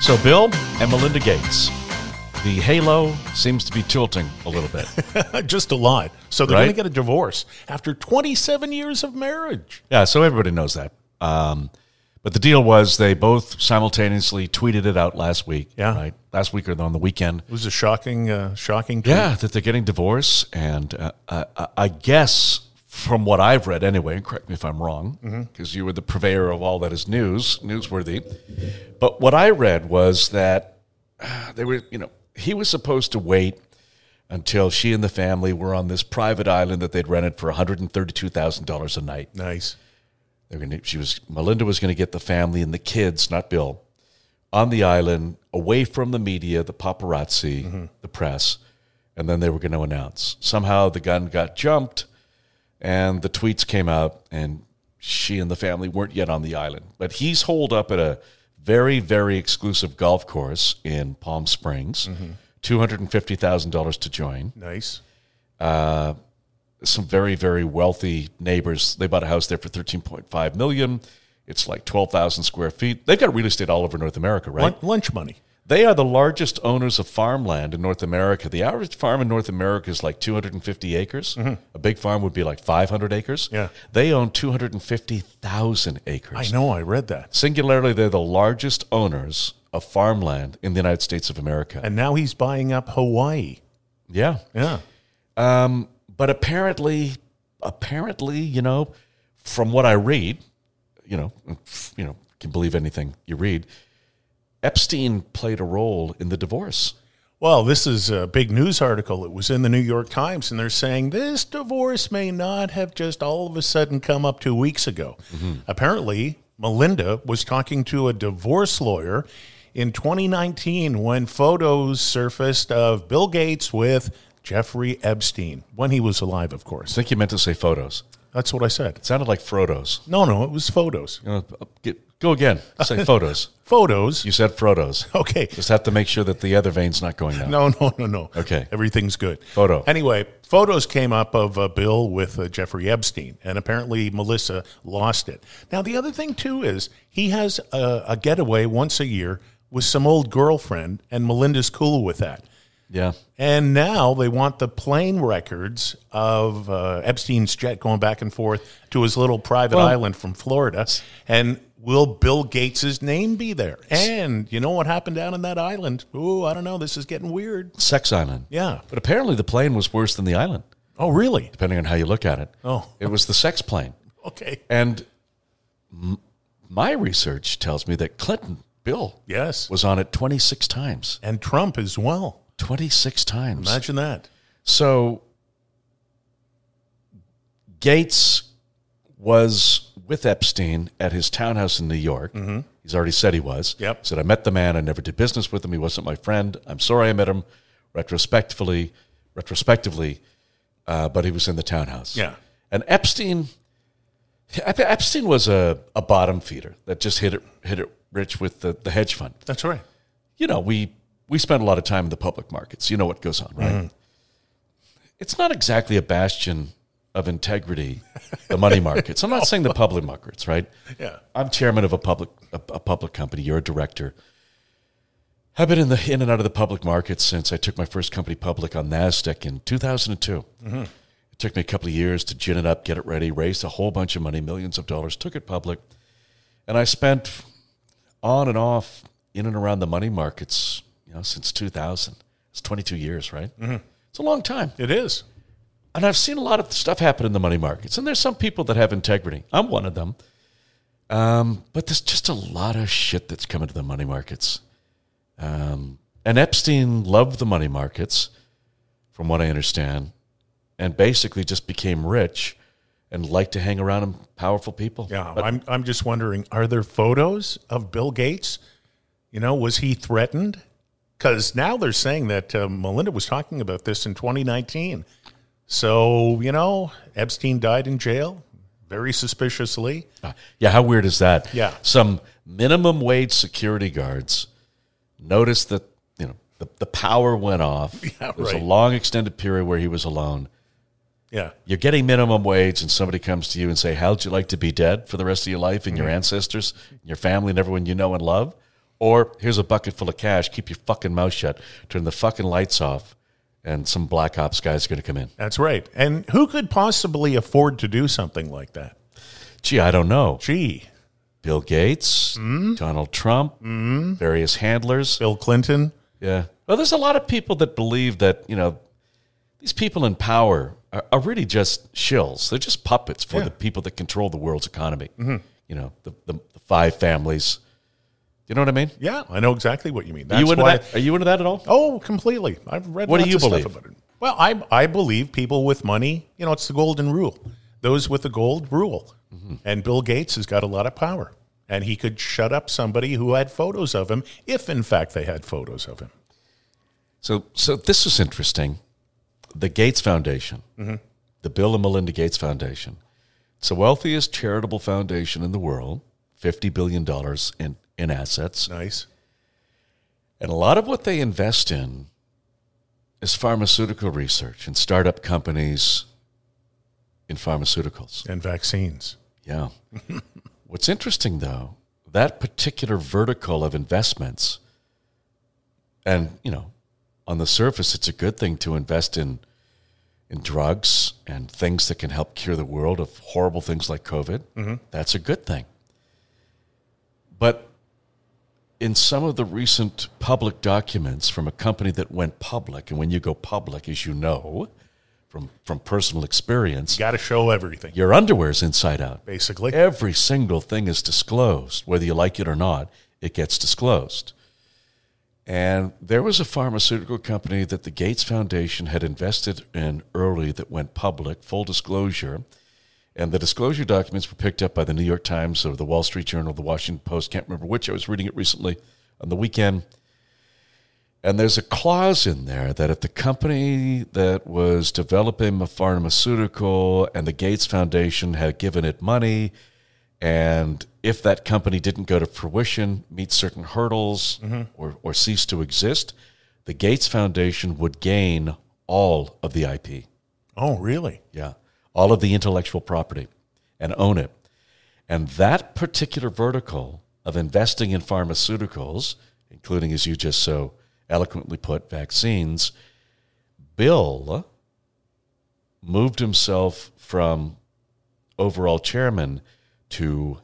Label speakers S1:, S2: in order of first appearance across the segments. S1: So, Bill and Melinda Gates, the halo seems to be tilting a little bit.
S2: Uh, Just a lot. So they're
S1: Right?
S2: going to get a divorce after 27 years of marriage.
S1: yeah, so everybody knows that. Um, but the deal was they both simultaneously tweeted it out last week.
S2: Yeah.
S1: Right? Last week or on the weekend.
S2: It was a shocking, uh, shocking. tweet.
S1: Yeah, that they're getting divorced, and uh, I, I guess from what I've read, anyway, and correct me if I'm wrong, because you were the purveyor of all that is news, newsworthy. But what I read was that uh, they were, you know, he was supposed to wait until she and the family were on this private island that they'd rented for $132,000 a night.
S2: Nice.
S1: They're going to. She was Melinda was going to get the family and the kids, not Bill, on the island, away from the media, the paparazzi, the press, and then they were going to announce. Somehow the gun got jumped, and the tweets came out, and she and the family weren't yet on the island. But he's holed up at a very, very exclusive golf course in Palm Springs, and fifty thousand dollars to join
S2: Nice.
S1: some very very wealthy neighbors. They bought a house there for 13.5 million. It's like 12,000 square feet. They've got real estate all over North America, right?
S2: Lun- lunch money.
S1: They are the largest owners of farmland in North America. The average farm in North America is like 250 acres. A big farm would be like 500 acres.
S2: Mm-hmm. Yeah.
S1: They own 250,000 acres.
S2: I know. I read that.
S1: Singularly, they're the largest owners of farmland in the United States of America.
S2: And now he's buying up Hawaii.
S1: yeah.
S2: Yeah.
S1: but apparently, apparently, you know, from what I read, you know, you know, can believe anything you read. Epstein played a role in the divorce.
S2: Well, this is a big news article. It was in the New York Times, and they're saying this divorce may not have just all of a sudden come up two weeks ago. Apparently, Melinda was talking to a divorce lawyer in 2019 when photos surfaced of Bill Gates with Jeffrey Epstein when he was alive, of
S1: I
S2: course.
S1: think you meant to say photos.
S2: That's what I said.
S1: It sounded like Frodo's.
S2: No, no, it was photos.
S1: You know, uh, get, go again. Say photos.
S2: Photos.
S1: You said Frodo's.
S2: Okay.
S1: Just have to make sure that the other vein's not going out.
S2: No, no, no, no.
S1: Okay.
S2: Everything's good.
S1: Photo.
S2: Anyway, photos came up of uh, Bill with uh, Jeffrey Epstein, and apparently Melissa lost it. Now, the other thing, too, is he has a, a getaway once a year with some old girlfriend, and Melinda's cool with that.
S1: Yeah.
S2: And now they want the plane records of uh, Epstein's jet going back and forth to his little private island from Florida. And will Bill Gates' name be there? And you know what happened down in that island? Ooh, I don't know. This is getting weird.
S1: Sex Island.
S2: Yeah.
S1: But apparently the plane was worse than the island,
S2: Oh, really?
S1: depending on how you look at it.
S2: Oh.
S1: It was the sex plane.
S2: Okay.
S1: And m- my research tells me that Clinton, Bill,
S2: Yes.
S1: was on it 26 times.
S2: And Trump as well.
S1: 26 times.
S2: Imagine that.
S1: So Gates was with Epstein at his townhouse in New York. Mm-hmm. He's already said he was.
S2: Yep.
S1: Said, I met the man. I never did business with him. He wasn't my friend. I'm sorry I met him retrospectively, retrospectively, uh, but he was in the townhouse.
S2: Yeah.
S1: And Epstein, Ep- Epstein was a, a bottom feeder that just hit it, hit it rich with the, the hedge fund
S2: That's right.
S1: you know, we we spend a lot of time in the public markets. You know what goes on, right? It's not exactly a bastion of integrity, the money markets. I'm not saying the public markets, right?
S2: Yeah.
S1: I'm chairman of a public a, a public company. You're a director. I've been in the in and out of the public markets since I took my first company public on Nasdaq in 2002. It took me a couple of years to gin it up, get it ready, raised a whole bunch of money, millions of dollars, took it public, and I spent on and off in and around the money markets, you know, since 2000. It's 22 years, right? It's a long time.
S2: It is.
S1: And I've seen a lot of stuff happen in the money markets. And there's some people that have integrity. I'm one of them. Um, but there's just a lot of shit that's coming to the money markets. Um, and Epstein loved the money markets, from what I understand, and basically just became rich and liked to hang around him powerful people.
S2: Yeah. I'm, I'm just wondering are there photos of Bill Gates? You know, was he threatened? Because now they're saying that uh, Melinda was talking about this in 2019. So, you know, Epstein died in jail very suspiciously.
S1: Uh, Yeah, how weird is that?
S2: Yeah.
S1: Some minimum wage security guards noticed that, you know, the, the power went off.
S2: Yeah,
S1: There's
S2: right.
S1: a long extended period where he was alone.
S2: Yeah.
S1: You're getting minimum wage and somebody comes to you and say, How'd you like to be dead for the rest of your life and your ancestors, and your family and everyone you know and love? Or here's a bucket full of cash. Keep your fucking mouth shut. Turn the fucking lights off, and some black ops guy's going to come in.
S2: That's right. And who could possibly afford to do something like that?
S1: Gee, I don't know.
S2: Gee,
S1: Bill Gates,
S2: Hmm?
S1: Donald Trump, various handlers.
S2: Bill Clinton.
S1: Yeah. Well, there's a lot of people that believe that, you know, these people in power are, are really just shills. They're just puppets for the people that control the world's economy. You know, the, the, the five families. You know what I mean?
S2: Yeah, I know exactly what you mean.
S1: Are
S2: That's
S1: you into
S2: why.
S1: that? Are you into that at all?
S2: Oh, completely. I've read
S1: What do
S2: lots
S1: you
S2: of stuff
S1: believe?
S2: about it. Well, I I believe people with money. You know, it's the golden rule. Those with the gold rule.
S1: Mm-hmm.
S2: And Bill Gates has got a lot of power, and he could shut up somebody who had photos of him, if in fact they had photos of him.
S1: So, so this is interesting. The Gates Foundation, the Bill and Melinda Gates Foundation, it's the wealthiest charitable foundation in the world, $50 billion in, in assets.
S2: Nice.
S1: And a lot of what they invest in is pharmaceutical research and startup companies in pharmaceuticals.
S2: And vaccines.
S1: Yeah. What's interesting, though, that particular vertical of investments, and, you know, on the surface, it's a good thing to invest in, in drugs and things that can help cure the world of horrible things like COVID. That's a good thing. But in some of the recent public documents from a company that went public, and when you go public, as you know from, from personal experience,
S2: Got to show everything,
S1: your underwear's inside out.
S2: basically.
S1: Every single thing is disclosed, whether you like it or not, it gets disclosed. And there was a pharmaceutical company that the Gates Foundation had invested in early that went public, full disclosure. And the disclosure documents were picked up by the New York Times or the Wall Street Journal, the Washington Post, can't remember which. I was reading it recently on the weekend. And there's a clause in there that if the company that was developing a pharmaceutical and the Gates Foundation had given it money, and if that company didn't go to fruition, meet certain hurdles, or, or cease to exist, the Gates Foundation would gain all of the IP.
S2: Oh, really?
S1: Yeah. All of the intellectual property and own it. And that particular vertical of investing in pharmaceuticals, including, as you just so eloquently put, vaccines, Bill moved himself from overall chairman to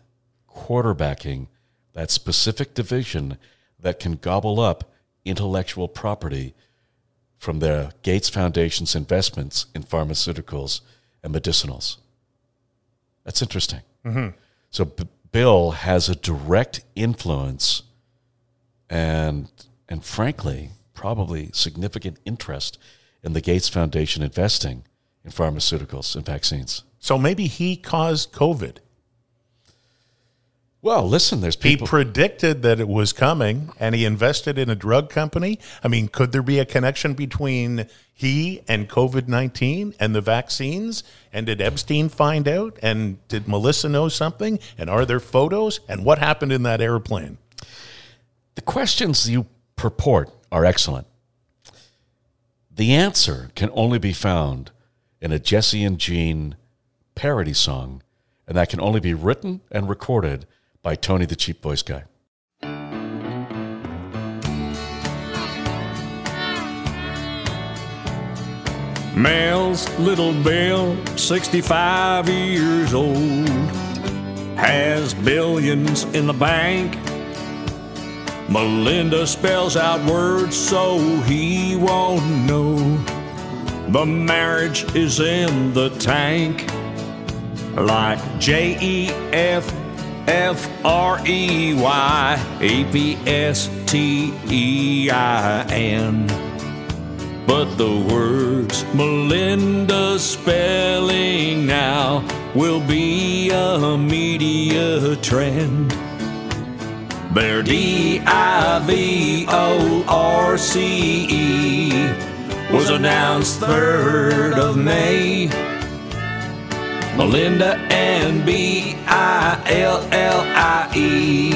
S1: quarterbacking that specific division that can gobble up intellectual property from the Gates Foundation's investments in pharmaceuticals and medicinals. That's interesting. So B- Bill has a direct influence and and frankly, probably significant interest in the Gates Foundation investing in pharmaceuticals and vaccines.
S2: So maybe he caused COVID.
S1: Well, listen, there's
S2: He
S1: people
S2: predicted that it was coming and he invested in a drug company. I mean, could there be a connection between he and COVID 19 and the vaccines? And did Epstein find out? And did Melissa know something? And are there photos? And what happened in that airplane?
S1: The questions you purport are excellent. The answer can only be found in a Jesse and Jean parody song, and that can only be written and recorded by Tony the Cheap Boys Guy.
S3: Mel's little Bill, 65 years old, has billions in the bank. Melinda spells out words so he won't know. The marriage is in the tank. Like J E F F R E Y A P S T E I N. But the words Melinda's spelling now will be a media trend. They're D I V O R C E was announced 3rd of May. Melinda and B I L L I E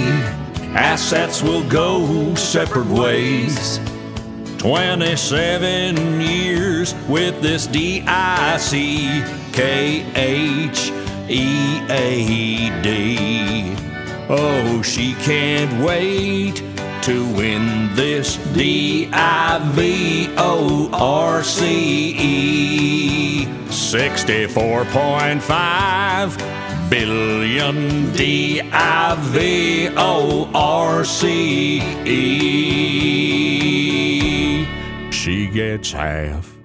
S3: assets will go separate ways. 27 years with this D I C K H E A D. Oh, she can't wait to win this D I V O R C E. 64.5 billion D I V O R C E. She gets half.